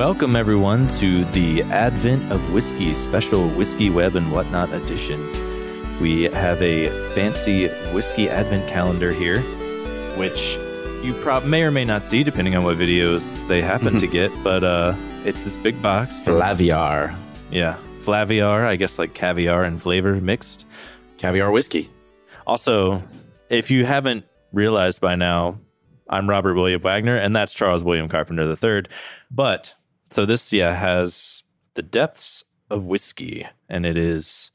Welcome, everyone, to the Advent of Whiskey special Whiskey Web and Whatnot edition. We have a fancy whiskey advent calendar here, which you prob- may or may not see depending on what videos they happen to get, but uh, it's this big box. from- Flaviar. yeah, Flaviar, I guess like caviar and flavor mixed. Caviar whiskey. Also, if you haven't realized by now, I'm Robert William Wagner, and that's Charles William Carpenter III. But so this, yeah, has the depths of whiskey, and it is,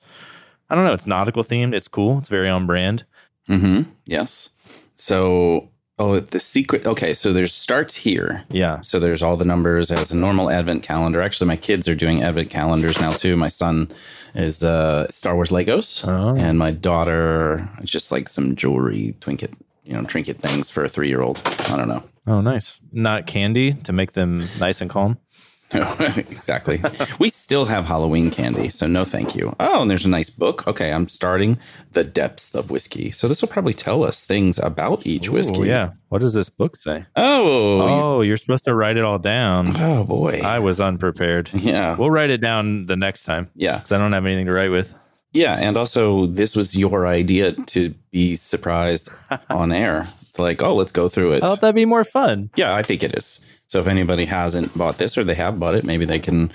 I don't know, it's nautical themed. It's cool. It's very on brand. Mm-hmm. Yes. So, oh, the secret. Okay, so there's starts here. Yeah. So there's all the numbers as a normal advent calendar. Actually, my kids are doing advent calendars now too. My son is uh, Star Wars Legos, Oh. and my daughter is just like some jewelry trinket, you know, trinket things for a three year old. I don't know. Oh, nice. Not candy to make them nice and calm. exactly. we still have Halloween candy, so no thank you. Oh, and there's a nice book. Okay, I'm starting The Depths of Whiskey. So this will probably tell us things about each whiskey. Oh, yeah. What does this book say? Oh, Oh, you're supposed to write it all down. oh boy. I was unprepared. yeah. We'll write it down the next time yeah. because I don't have anything to write with. Yeah, and also this was your idea to be surprised on air. Like, oh, let's go through it. I thought that'd be more fun. yeah, I think it is. So if anybody hasn't bought this or they have bought it, maybe they can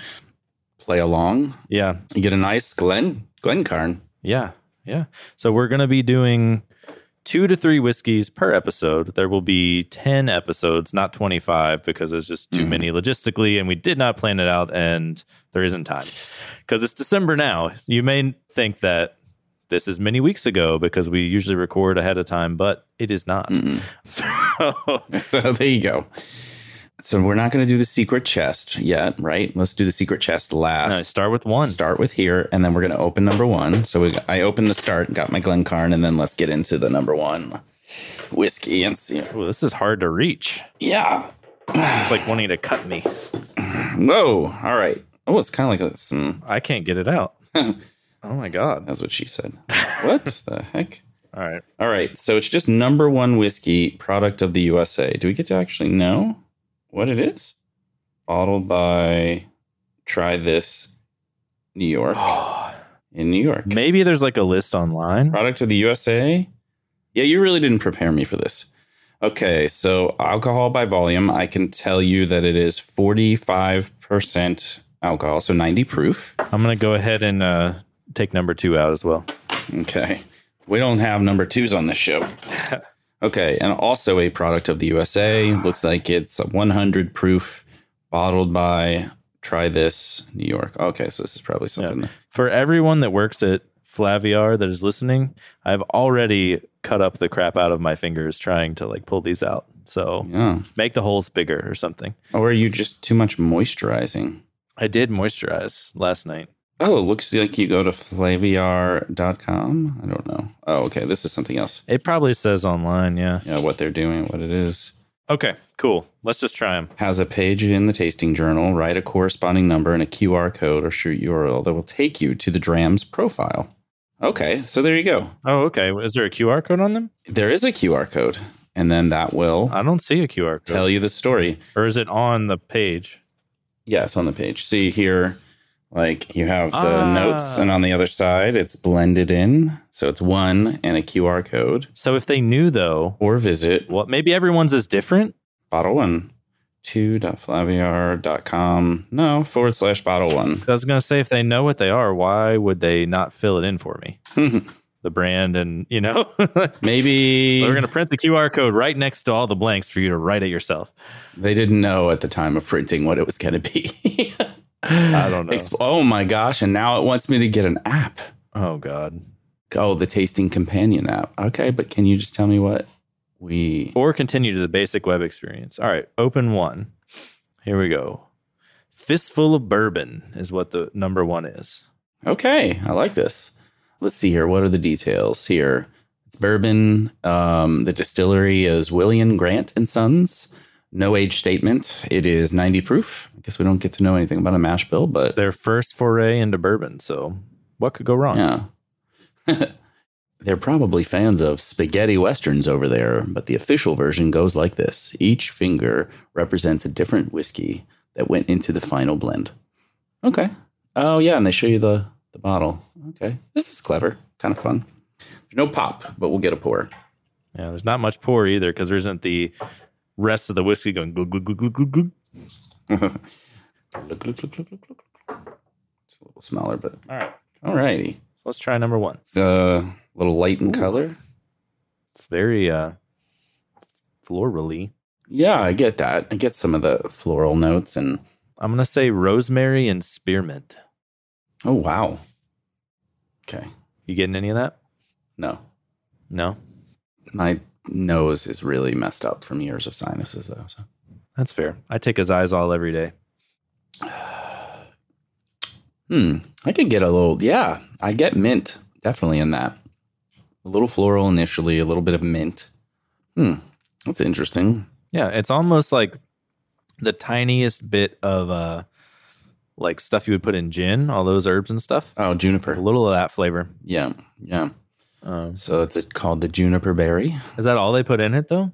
play along Yeah. and get a nice Glen Glencairn. Yeah. Yeah. So we're going to be doing two to three whiskeys per episode. There will be 10 episodes, not 25, because it's just too many logistically. And we did not plan it out. And there isn't time because it's December now. You may think that this is many weeks ago because we usually record ahead of time, but it is not. So So there you go. So we're not going to do the secret chest yet, right? Let's do the secret chest last. I start with one. Start with here, and then we're going to open number one. So we, I opened the start, got my Glencairn, and then let's get into the number one whiskey and see. Ooh, this is hard to reach. Yeah, It's like wanting to cut me. Whoa! All right. Oh, it's kind of like a, some. I can't get it out. oh my God. That's what she said. What the heck? All right. All right. So it's just number one whiskey product of the USA. Do we get to actually know what it is? Bottled by Try This New York in New York. Maybe there's like a list online. Product of the USA. Yeah, you really didn't prepare me for this. Okay, so alcohol by volume, I can tell you that it is 45% alcohol, so 90 proof. I'm gonna go ahead and uh, take number two out as well. Okay. We don't have number twos on this show. okay. And also a product of the USA. Looks like it's 100 proof, bottled by Try This New York. Okay. So this is probably something. For everyone that works at Flaviar that is listening, I've already cut up the crap out of my fingers trying to like pull these out. So Yeah. make the holes bigger or something. Or are you just too much moisturizing? I did moisturize last night. Oh, it looks like you go to flaviar.com. I don't know. Oh, okay. This is something else. It probably says online, yeah. Yeah, what they're doing, what it is. Okay, cool. Let's just try them. has a page in the tasting journal, write a corresponding number and a QR code or shoot URL that will take you to the Dram's profile. Okay, so there you go. Oh, okay. Is there a QR code on them? There is a QR code, and then that will I don't see a QR code. tell you the story. or is it on the page? Yeah, it's on the page. See here, like you have the Ah. notes, and on the other side, it's blended in. So it's one and a QR code, So if they knew though, or visit what maybe everyone's is different. bottle one. 2.flaviar.com. No, forward slash bottle one. I was gonna say if they know what they are, why would they not fill it in for me? the brand and you know we're Maybe gonna print the QR code right next to all the blanks for you to write it yourself. They didn't know at the time of printing what it was going to be. I don't know. Exp- oh my gosh. And now it wants me to get an app. oh God. Oh, the Tasting Companion app. Okay. But can you just tell me what we. Or continue to the basic web experience. All right, open one. Here we go. Fistful of bourbon is what the number one is. Okay. I like this. Let's see here. What are the details here? It's bourbon. Um, the distillery is William Grant and Sons. No age statement. It is 90 proof. I guess we don't get to know anything about a mash bill, but Their first foray into bourbon, so what could go wrong? Yeah. They're probably fans of spaghetti westerns over there, but the official version goes like this each finger represents a different whiskey. that went into the final blend. Okay. Oh yeah, and they show you the the bottle. Okay, this is clever, kind of fun. There's no pop, but we'll get a pour. Yeah, there's not much pour either because there isn't the rest of the whiskey going glug, glug, glug, glug, glug, glug. Look, look, look, look, look, look. It's a little smaller, but All right. all righty. So let's try number one. It's uh, a little light in color. It's very uh florally. Yeah, I get that. I get some of the floral notes and I'm gonna say rosemary and spearmint. oh wow. Okay. You getting any of that? No. No? My nose is really messed up from years of sinuses though. So That's fair. I take his eyes all every day. Hmm. I could get a little, yeah, I get mint definitely in that. A little floral initially, a little bit of mint. Hmm. That's interesting. Yeah, it's almost like the tiniest bit of uh like stuff you would put in gin, all those herbs and stuff. Oh, A juniper. little of that flavor. Yeah. Yeah. Um, So it's called the juniper berry. is that all they put in it though?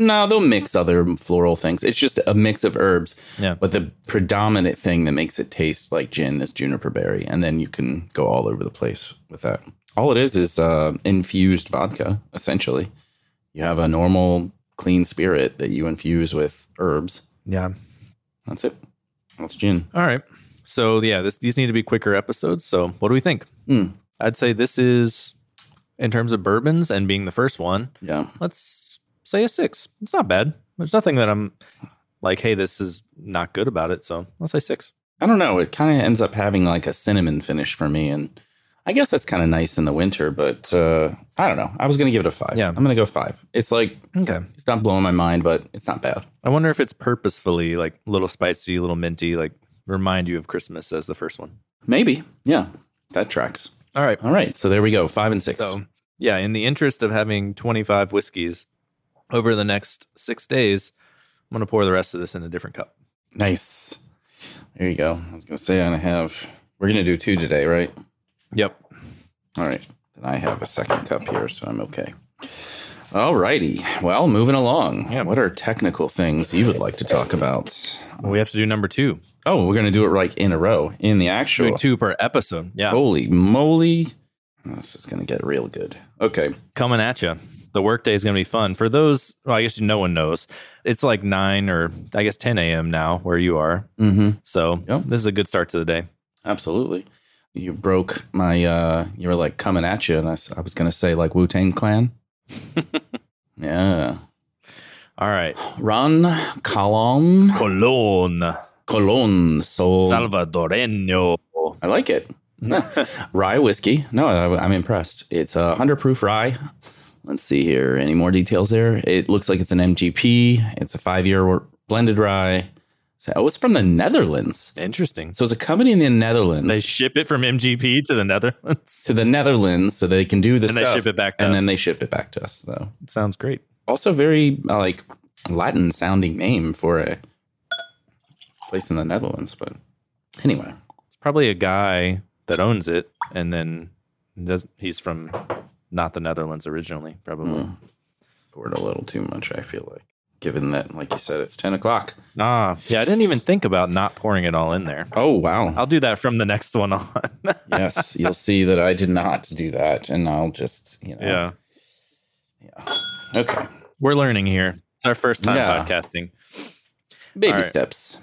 No, they'll mix other floral things. It's just a mix of herbs. Yeah. But the predominant thing that makes it taste like gin is juniper berry. And then you can go all over the place with that. All it is is uh, infused vodka, essentially. You have a normal, clean spirit that you infuse with herbs. Yeah. That's it. That's gin. All right. So yeah, this, these need to be quicker episodes. So what do we think? Hmm. I'd say this is, in terms of bourbons and being the first one, Yeah. let's say a six. It's not bad. There's nothing that I'm like, hey, this is not good about it. So I'll say six. I don't know. It kind of ends up having like a cinnamon finish for me. And I guess that's kind of nice in the winter, but uh, I don't know. I was going to give it a five. Yeah. I'm going to go five. It's like, Okay. it's not blowing my mind, but it's not bad. I wonder if it's purposefully like a little spicy, a little minty, like remind you of Christmas as the first one. Maybe. Yeah. That tracks. All right. All right. So there we go. Five and six. So, yeah, in the interest of having 25 whiskeys over the next six days, I'm going to pour the rest of this in a different cup. nice. There you go. I was going to say, I have, we're going to do two today, right? Yep. All right. Then I have a second cup here, so I'm okay. All righty. Well, moving along. Yeah. What are technical things you would like to talk about? Well, we have to do number two. Oh, we're going to do it like in a row in the actual. Doing two per episode. Yeah. Holy moly. Oh, This is going to get real good. Okay. Coming at you. The workday is going to be fun. For those, well, I guess no one knows. It's like 9 or I guess 10 a.m. now where you are. Mm-hmm. So Yep. this is a good start to the day. Absolutely. You broke my, uh, you were like coming at you. And I, s- I was going to say like Wu Tang Clan. yeah. All right. Ron Colom Colon Colon. So Salvadoreño. I like it. rye whiskey. No, I, I'm impressed. It's a 100 proof rye. Let's see here. Any more details there? It looks like it's an MGP. It's a five year blended rye. So, oh, it's from the Netherlands. Interesting. So it's a company in the Netherlands They ship it from MGP to the Netherlands. to the Netherlands so they can do this And they stuff. ship it back to and us. then they ship it back to us, though. Sounds great. Also, very uh, like Latin sounding name for a place in the Netherlands. But anyway, It's probably a guy that owns it and then does, he's from not the Netherlands originally, probably. Hmm. poured a little too much, I feel like, given that, like you said, it's 10 o'clock. Ah, yeah. I didn't even think about not pouring it all in there. Oh, wow. I'll do that from the next one on. yes, you'll see that I did not do that, and I'll just you know. yeah. Okay. We're learning here. It's our first time Yeah. podcasting. Baby All right. steps.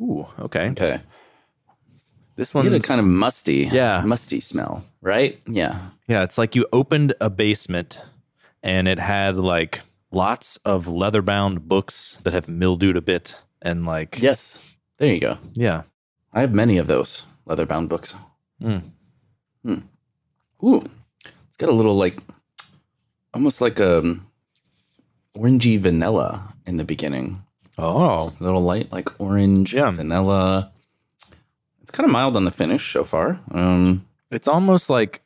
Ooh, okay. Okay. This You one's get a kind of musty, Yeah. musty smell, right? Yeah. yeah, it's like you opened a basement and it had like lots of leather bound books that have mildewed a bit and like Yes. There you go. yeah. I have many of those leather bound books. Mm. Hmm. Ooh, it's got a little like, almost like a orangey vanilla in the beginning. Oh. A little light, like orange Yeah. vanilla. It's kind of mild on the finish so far. Um, It's almost like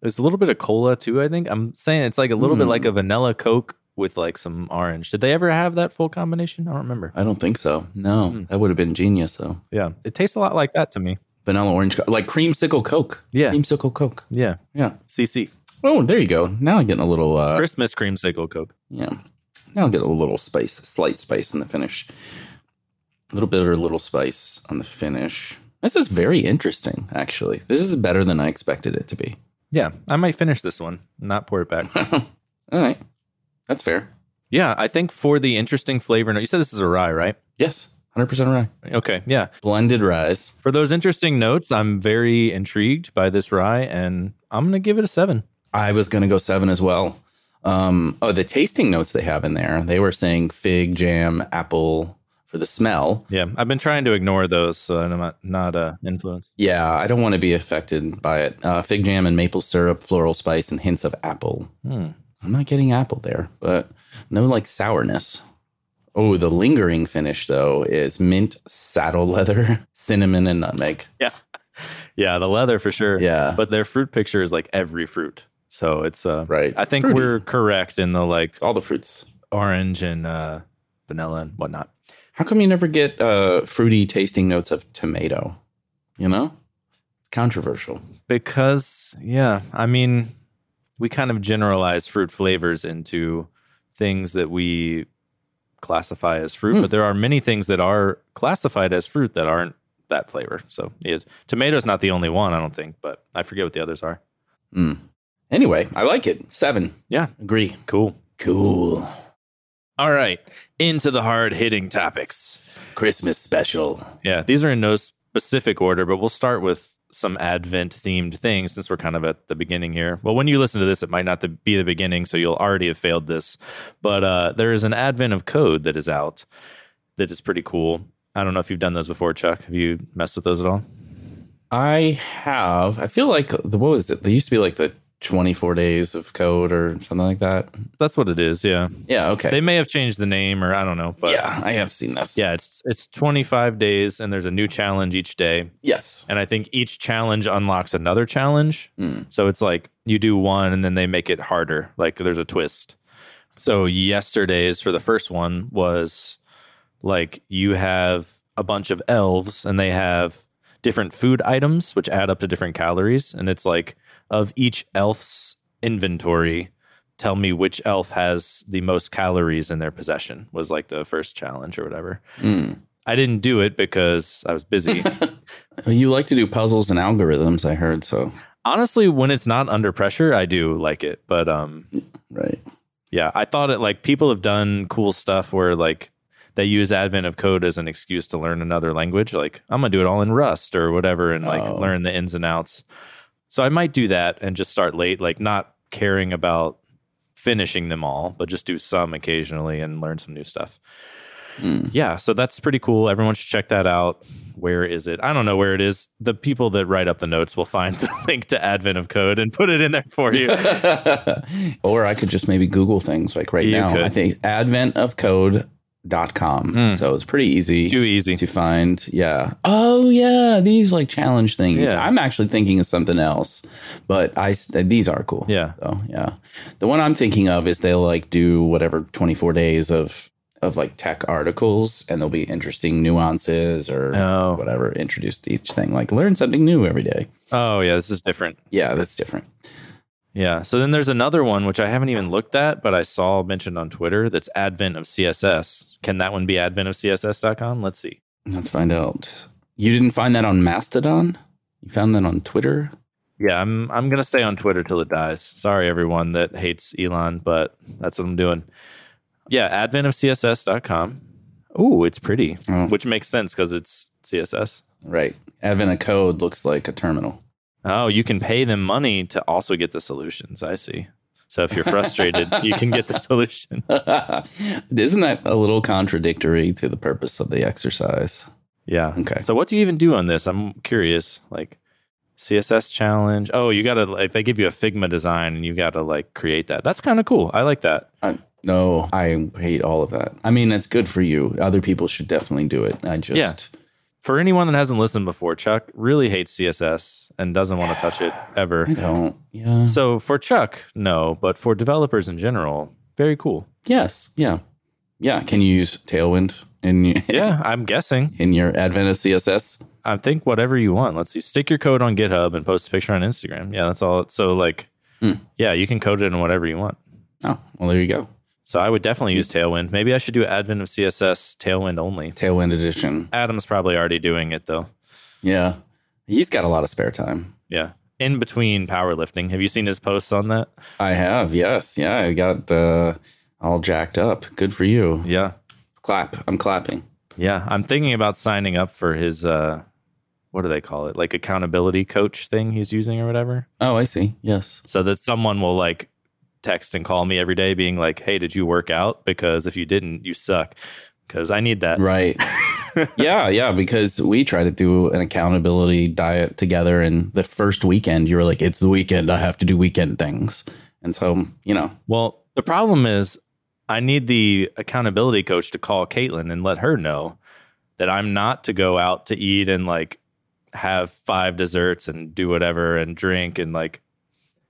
there's a little bit of cola too, I think. I'm saying it's like a Hmm. little bit like a vanilla coke with like some orange. Did they ever have that full combination? I don't remember. I don't think so. No, Hmm. that would have been genius though. Yeah. It tastes a lot like that to me. vanilla orange, co- like creamsicle Coke. Yeah. creamsicle Coke. Yeah. Yeah. CC. Oh, there you go. Now I'm getting a little. Uh, Christmas creamsicle coke. yeah. Now I'm getting a little spice, slight spice in the finish. little bit or little spice on the finish. This is very interesting, actually. This is better than I expected it to be. Yeah, I might finish this one, not pour it back. All right. That's fair. yeah, I think for the interesting flavor note, you said this is a rye, right? Yes. 100% rye. Okay, yeah. Blended rice. For those interesting notes, I'm very intrigued by this rye, and I'm gonna give it a seven. I was going to go seven as well. Um, oh, the tasting notes they have in there, they were saying fig, jam, apple for the smell. Yeah, I've been trying to ignore those, so I'm not not uh, influenced. Yeah, I don't want to be affected by it. Uh, fig jam and maple syrup, floral spice, and hints of apple. Hmm. I'm not getting apple there, but no like sourness. Oh, the lingering finish though is mint, saddle leather, cinnamon, and nutmeg. Yeah, the leather for sure. Yeah, but their fruit picture is like every fruit, so it's uh, right. I think Fruity. we're correct in the like all the fruits. orange and uh, vanilla and whatnot. How come you never get uh, fruity tasting notes of tomato? You know, it's controversial. because yeah i mean we kind of generalize fruit flavors into things that we classify as fruit Hmm. but there are many things that are classified as fruit that aren't that flavor so it, tomato's not the only one i don't think but i forget what the others are Mm. Anyway, I like it. Seven. Yeah. agree. cool Cool. all right into the hard hitting topics Christmas special. yeah these are in no specific order but we'll start with some advent themed things since we're kind of at the beginning here well when you listen to this it might not the, be the beginning so you'll already have failed this but uh, there is an advent of code that is out that is pretty cool i don't know if you've done those before chuck have you messed with those at all I have. I feel like the what was it? They used to be like the twenty-four days of code or something like that. that's what it is yeah Yeah. Okay. they may have changed the name or i don't know but yeah, yeah, I have seen this. it's it's 25 days and there's a new challenge each day Yes. and i think each challenge unlocks another challenge Mm. So it's like you do one and then they make it harder. Like there's a twist. So yesterday's for the first one was like you have a bunch of elves and they have different food items which add up to different calories and it's like of each elf's inventory tell me which elf has the most calories in their possession was like the first challenge or whatever. Mm. I didn't do it because I was busy. You like to do puzzles and algorithms, I heard. So Honestly, when it's not under pressure, I do like it, but um right. Yeah, I thought it like people have done cool stuff where like they use advent of code as an excuse to learn another language. Like I'm gonna do it all in Rust or whatever, and like Oh. learn the ins and outs. So I might do that and just start late, like not caring about finishing them all, but just do some occasionally and learn some new stuff. Mm. Yeah, so that's pretty cool. Everyone should check that out. Where is it? I don't know where it is. The people that write up the notes will find the link to Advent of Code and put it in there for you. or I could just maybe Google things like right You now. could. I think adventofcode.com. Mm. So it's pretty easy Too easy. to find. Yeah. Oh, yeah. These like challenge things. Yeah. I'm actually thinking of something else, but I s- these are cool. Yeah. So yeah, the one I'm thinking of is they'll like do whatever 24 days of of like tech articles, and there'll be interesting nuances or Oh. whatever introduced to each thing. Like learn something new every day. Oh yeah, this is different. Yeah, that's different. Yeah. So then there's another one which I haven't even looked at, but I saw mentioned on Twitter that's Advent of CSS. Can that one be advent of CSS.com? Let's see. Let's find out. You didn't find that on Mastodon. You found that on Twitter. Yeah, I'm I'm gonna stay on Twitter till it dies. Sorry everyone that hates Elon, but that's what I'm doing. Yeah, advent of CSS.com. Ooh, it's pretty. Oh. Which makes sense because it's CSS. Right. Advent of code looks like a terminal. Oh, you can pay them money to also get the solutions. I see. So if you're frustrated, you can get the solutions. Isn't that a little contradictory to the purpose of the exercise? Yeah. Okay. So what do you even do on this? I'm curious. Like CSS challenge. Oh, you gotta like they give you a Figma design and you gotta like create that. That's kind of cool. I like that. I, no, I hate all of that. I mean, that's good for you. Other people should definitely do it. I just, For anyone that hasn't listened before, Chuck really hates CSS and doesn't want to touch it I ever. don't. Yeah. So for Chuck, no, but for developers in general, very cool. Yes. Yeah. Yeah. Can you use Tailwind in y- Yeah, I'm guessing. in your advent of CSS? I think whatever you want. Let's see. Stick your code on GitHub and post a picture on Instagram. Yeah, that's all. So like, Hmm. yeah, you can code it in whatever you want. Oh, well, there you go. So I would definitely use Tailwind. Maybe I should do Advent of CSS Tailwind only. Tailwind edition. Adam's probably already doing it though. Yeah. He's got a lot of spare time. Yeah. In between powerlifting. Have you seen his posts on that? I have, yes. Yeah, I got uh, all jacked up. Good for you. Yeah. Clap. I'm clapping. Yeah. I'm thinking about signing up for his uh what do they call it? Like accountability coach thing he's using or whatever. Oh, I see. Yes. So that someone will like text and call me every day being like, "Hey, did you work out? Because if you didn't, you suck." Because I need that. Right. yeah, yeah, because we try to do an accountability diet together. And the first weekend, you were like, it's the weekend. I have to do weekend things. And so, you know, Well, the problem is I need the accountability coach to call Caitlin and let her know that I'm not to go out to eat and like have five desserts and do whatever and drink and like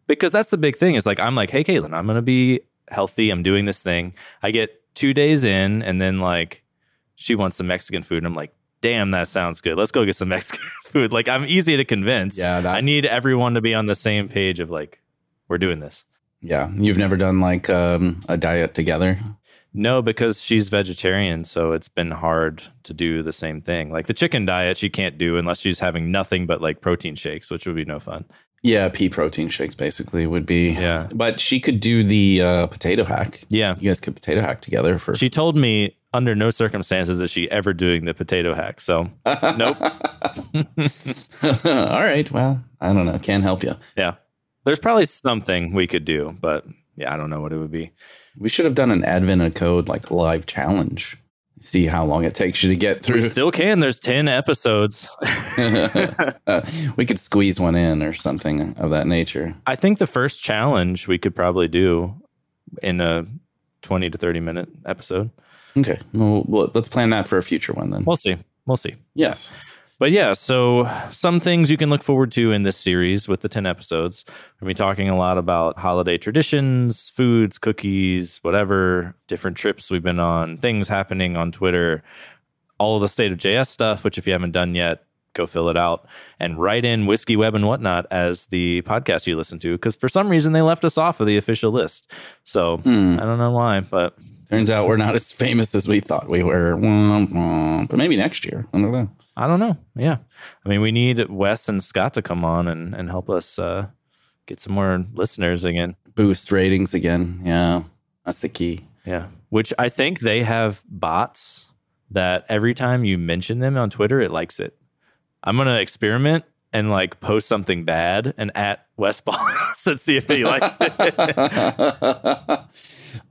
because that's the big thing is like I'm like, hey Caitlin, I'm gonna be healthy. I'm doing this thing. I get two days in and then like she wants some Mexican food and I'm like, damn, that sounds good. Let's go get some Mexican food. Like I'm easy to convince. Yeah, I that's- need everyone to be on the same page of like, we're doing this. yeah, you've never done like um, a diet together. No, because she's vegetarian, so it's been hard to do the same thing. Like the chicken diet, she can't do unless she's having nothing but like protein shakes, which would be no fun. Yeah, pea protein shakes basically would be. Yeah. But she could do the uh, potato hack. Yeah. You guys could potato hack together for. She told me under no circumstances is she ever doing the potato hack. So, nope. All right. Well, I don't know. Can't help you. Yeah. There's probably something we could do, but yeah, I don't know what it would be. We should have done an advent of code like live challenge. See how long it takes you to get We through. still can. There's 10 episodes. Uh, we could squeeze one in or something of that nature. I think the first challenge we could probably do in a 20 to 30 minute episode. Okay. Well, well, let's plan that for a future one then. We'll see. We'll see. yes. But yeah, so some things you can look forward to in this series with the 10 episodes. We're going to be talking a lot about holiday traditions, foods, cookies, whatever, different trips we've been on, things happening on Twitter, all of the state of JS stuff, which if you haven't done yet, go fill it out and write in Whiskey Web and whatnot as the podcast you listen to. Because for some reason, they left us off of the official list. So I don't know why, but Turns out we're not as famous as we thought we were. Womp womp. But maybe next year. I don't know. I don't know. Yeah. I mean, we need Wes and Scott to come on and, and help us uh, get some more listeners again. Boost ratings again. Yeah. That's the key. Yeah. Which I think they have bots that every time you mention them on Twitter, it likes it. I'm going to experiment and like post something bad and at Wes Balls and see if he likes it.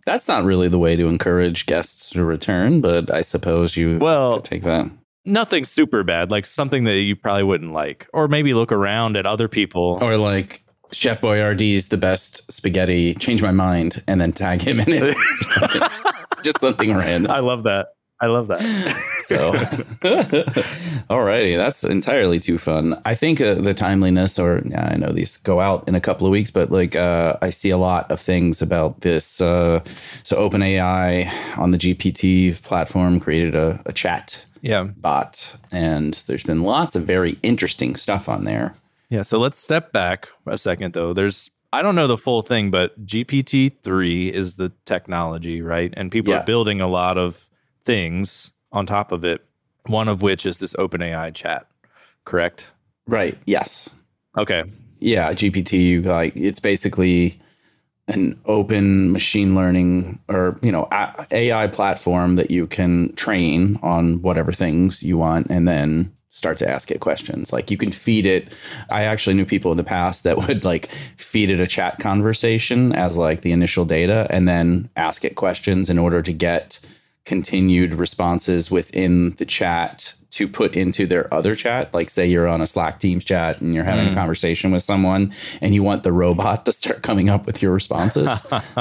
That's not really the way to encourage guests to return, but I suppose you Well- could take that. Nothing super bad, like something that you probably wouldn't like. Or maybe look around at other people. Or like Chef Boyardee's the best spaghetti, change my mind, and then tag him in it. or something. Just something random. I love that. I love that. So, alrighty, that's entirely too fun. I think uh, the timeliness, or yeah, I know these go out in a couple of weeks, but like uh, I see a lot of things about this. Uh, so, OpenAI on the GPT platform created a, a chat yeah. bot, and there's been lots of very interesting stuff on there. Yeah, so let's step back a second though. There's I don't know the full thing, but GPT-3 is the technology, right? And people Yeah. are building a lot of things on top of it, one of which is this OpenAI chat, correct? Right. Yes. Okay. yeah, GPT, you like it's basically an open machine learning or you know a- AI platform that you can train on whatever things you want, and then start to ask it questions. Like you can feed it. I actually knew people in the past that would like feed it a chat conversation as like the initial data, and then ask it questions in order to get continued responses within the chat to put into their other chat. Like, say you're on a Slack Teams chat and you're having Mm. a conversation with someone and you want the robot to start coming up with your responses.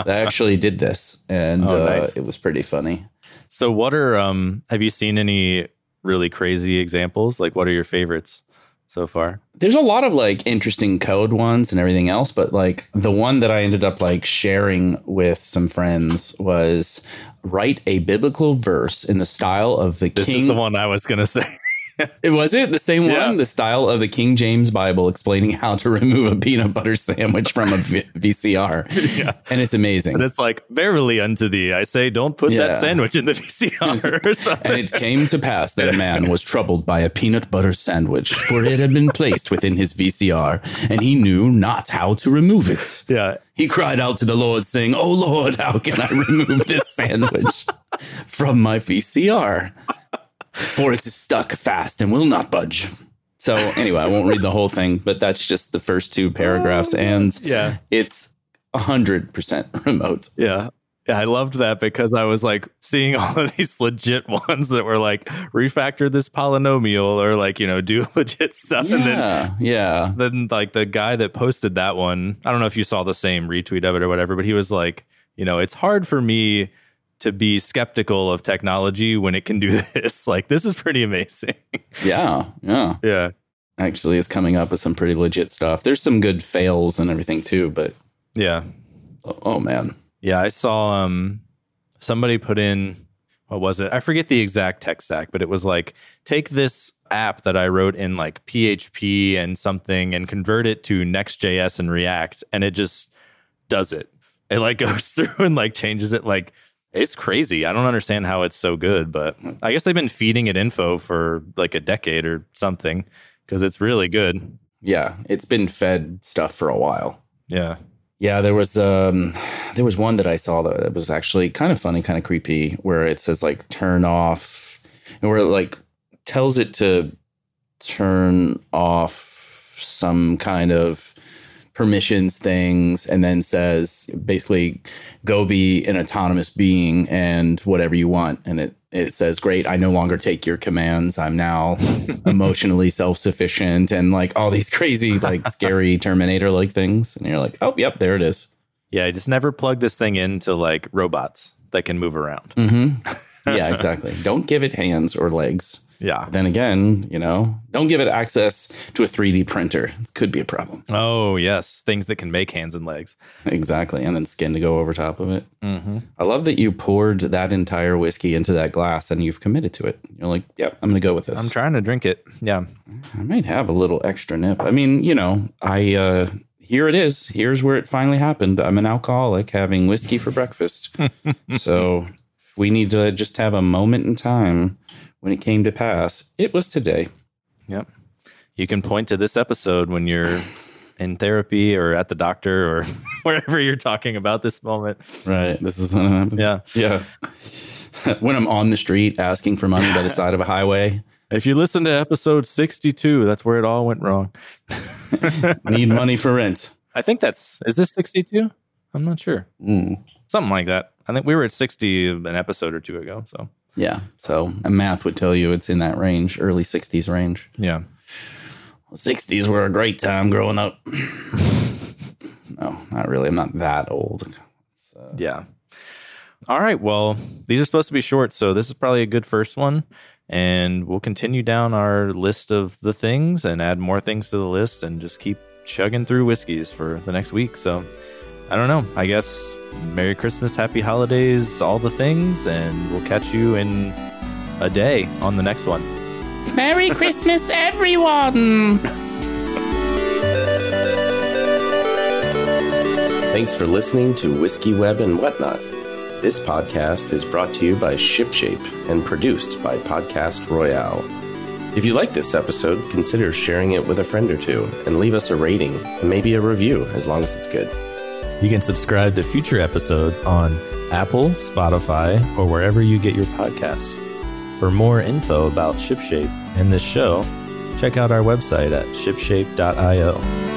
they actually did this and Oh, uh, nice. it was pretty funny. So what are um have you seen any really crazy examples? Like what are your favorites so far? there's a lot of like interesting code ones and everything else, but like the one that I ended up like sharing with some friends was write a biblical verse in the style of the This king. is the one I was going to say. It was it the same Yeah. one? The style of the King James Bible explaining how to remove a peanut butter sandwich from a v- VCR, yeah. and it's amazing. And it's like, verily unto thee, I say, don't put Yeah. that sandwich in the VCR or something. And it came to pass that a man was troubled by a peanut butter sandwich, for it had been placed within his VCR, and he knew not how to remove it. yeah. He cried out to the Lord, saying, Oh Lord, how can I remove this sandwich from my VCR? For it is stuck fast and will not budge. So, anyway, I won't read the whole thing, but that's just the first two paragraphs. And Yeah. it's 100% remote. Yeah. Yeah, I loved that because I was like seeing all of these legit ones that were like refactor this polynomial or like, you know, do legit stuff. And then, Yeah. Yeah. then like the guy that posted that one, I don't know if you saw the same retweet of it or whatever, but he was like, you know, it's hard for me to be skeptical of technology when it can do this. Like, this is pretty amazing. Yeah. Yeah. Yeah. Actually, is coming up with some pretty legit stuff. There's some good fails and everything, too, but Yeah. oh, oh man. Yeah, I saw um somebody put in what was it? I forget the exact tech stack, but it was like take this app that I wrote in like PHP and something and convert it to Next.js and React and it just does it. It like goes through and like changes it like it's crazy. I don't understand how it's so good, but I guess they've been feeding it info for like a decade or something because it's really good. Yeah. It's been fed stuff for a while. Yeah. Yeah, there was um, there was one that I saw that that was actually kind of funny, kind of creepy, where it says like turn off, and where it like tells it to turn off some kind of permissions things, and then says basically go be an autonomous being and whatever you want, and it it says great, I no longer take your commands. I'm now emotionally self sufficient, and like all these crazy like scary Terminator like things, and you're like, oh yep, there it is. Yeah, I just never plug this thing into like robots that can move around. Mm-hmm. Yeah, exactly. don't give it hands or legs. Yeah. Then again, you know, don't give it access to a 3D printer. It could be a problem. Oh yes, things that can make hands and legs. Exactly. And then skin to go over top of it. Mm-hmm. I love that you poured that entire whiskey into that glass and you've committed to it. You're like, yep, I'm going to go with this. I'm trying to drink it. Yeah, I might have a little extra nip. I mean, you know, I, uh, here it is. Here's where it finally happened. I'm an alcoholic having whiskey for breakfast. so if we need to just have a moment in time when it came to pass, it was today. yep. You can point to this episode when you're in therapy or at the doctor or wherever you're talking about this moment. Right. This is when I'm, Yeah. yeah. when I'm on the street asking for money by the side of a highway, If you listen to episode 62, that's where it all went wrong. need money for rent. I think that's is this 62? I'm not sure. Mm. Something like that. I think we were at 60 an episode or two ago. So Yeah. So uh, math would tell you it's in that range, early 60s range. yeah, 60s were a great time growing up. no, not really. I'm not that old. uh, yeah. All right. Well, these are supposed to be short, so this is probably a good first one. And we'll continue down our list of the things and add more things to the list and just keep chugging through whiskeys for the next week. So I don't know. I guess Merry Christmas, Happy Holidays, all the things. And we'll catch you in a day on the next one. Merry Christmas, everyone! Thanks for listening to Whiskey Web and Whatnot. This podcast is brought to you by Shipshape and produced by Podcast Royale. If you like this episode, consider sharing it with a friend or two and leave us a rating and maybe a review as long as it's good. You can subscribe to future episodes on Apple, Spotify, or wherever you get your podcasts. For more info about Shipshape and this show, check out our website at shipshape.io.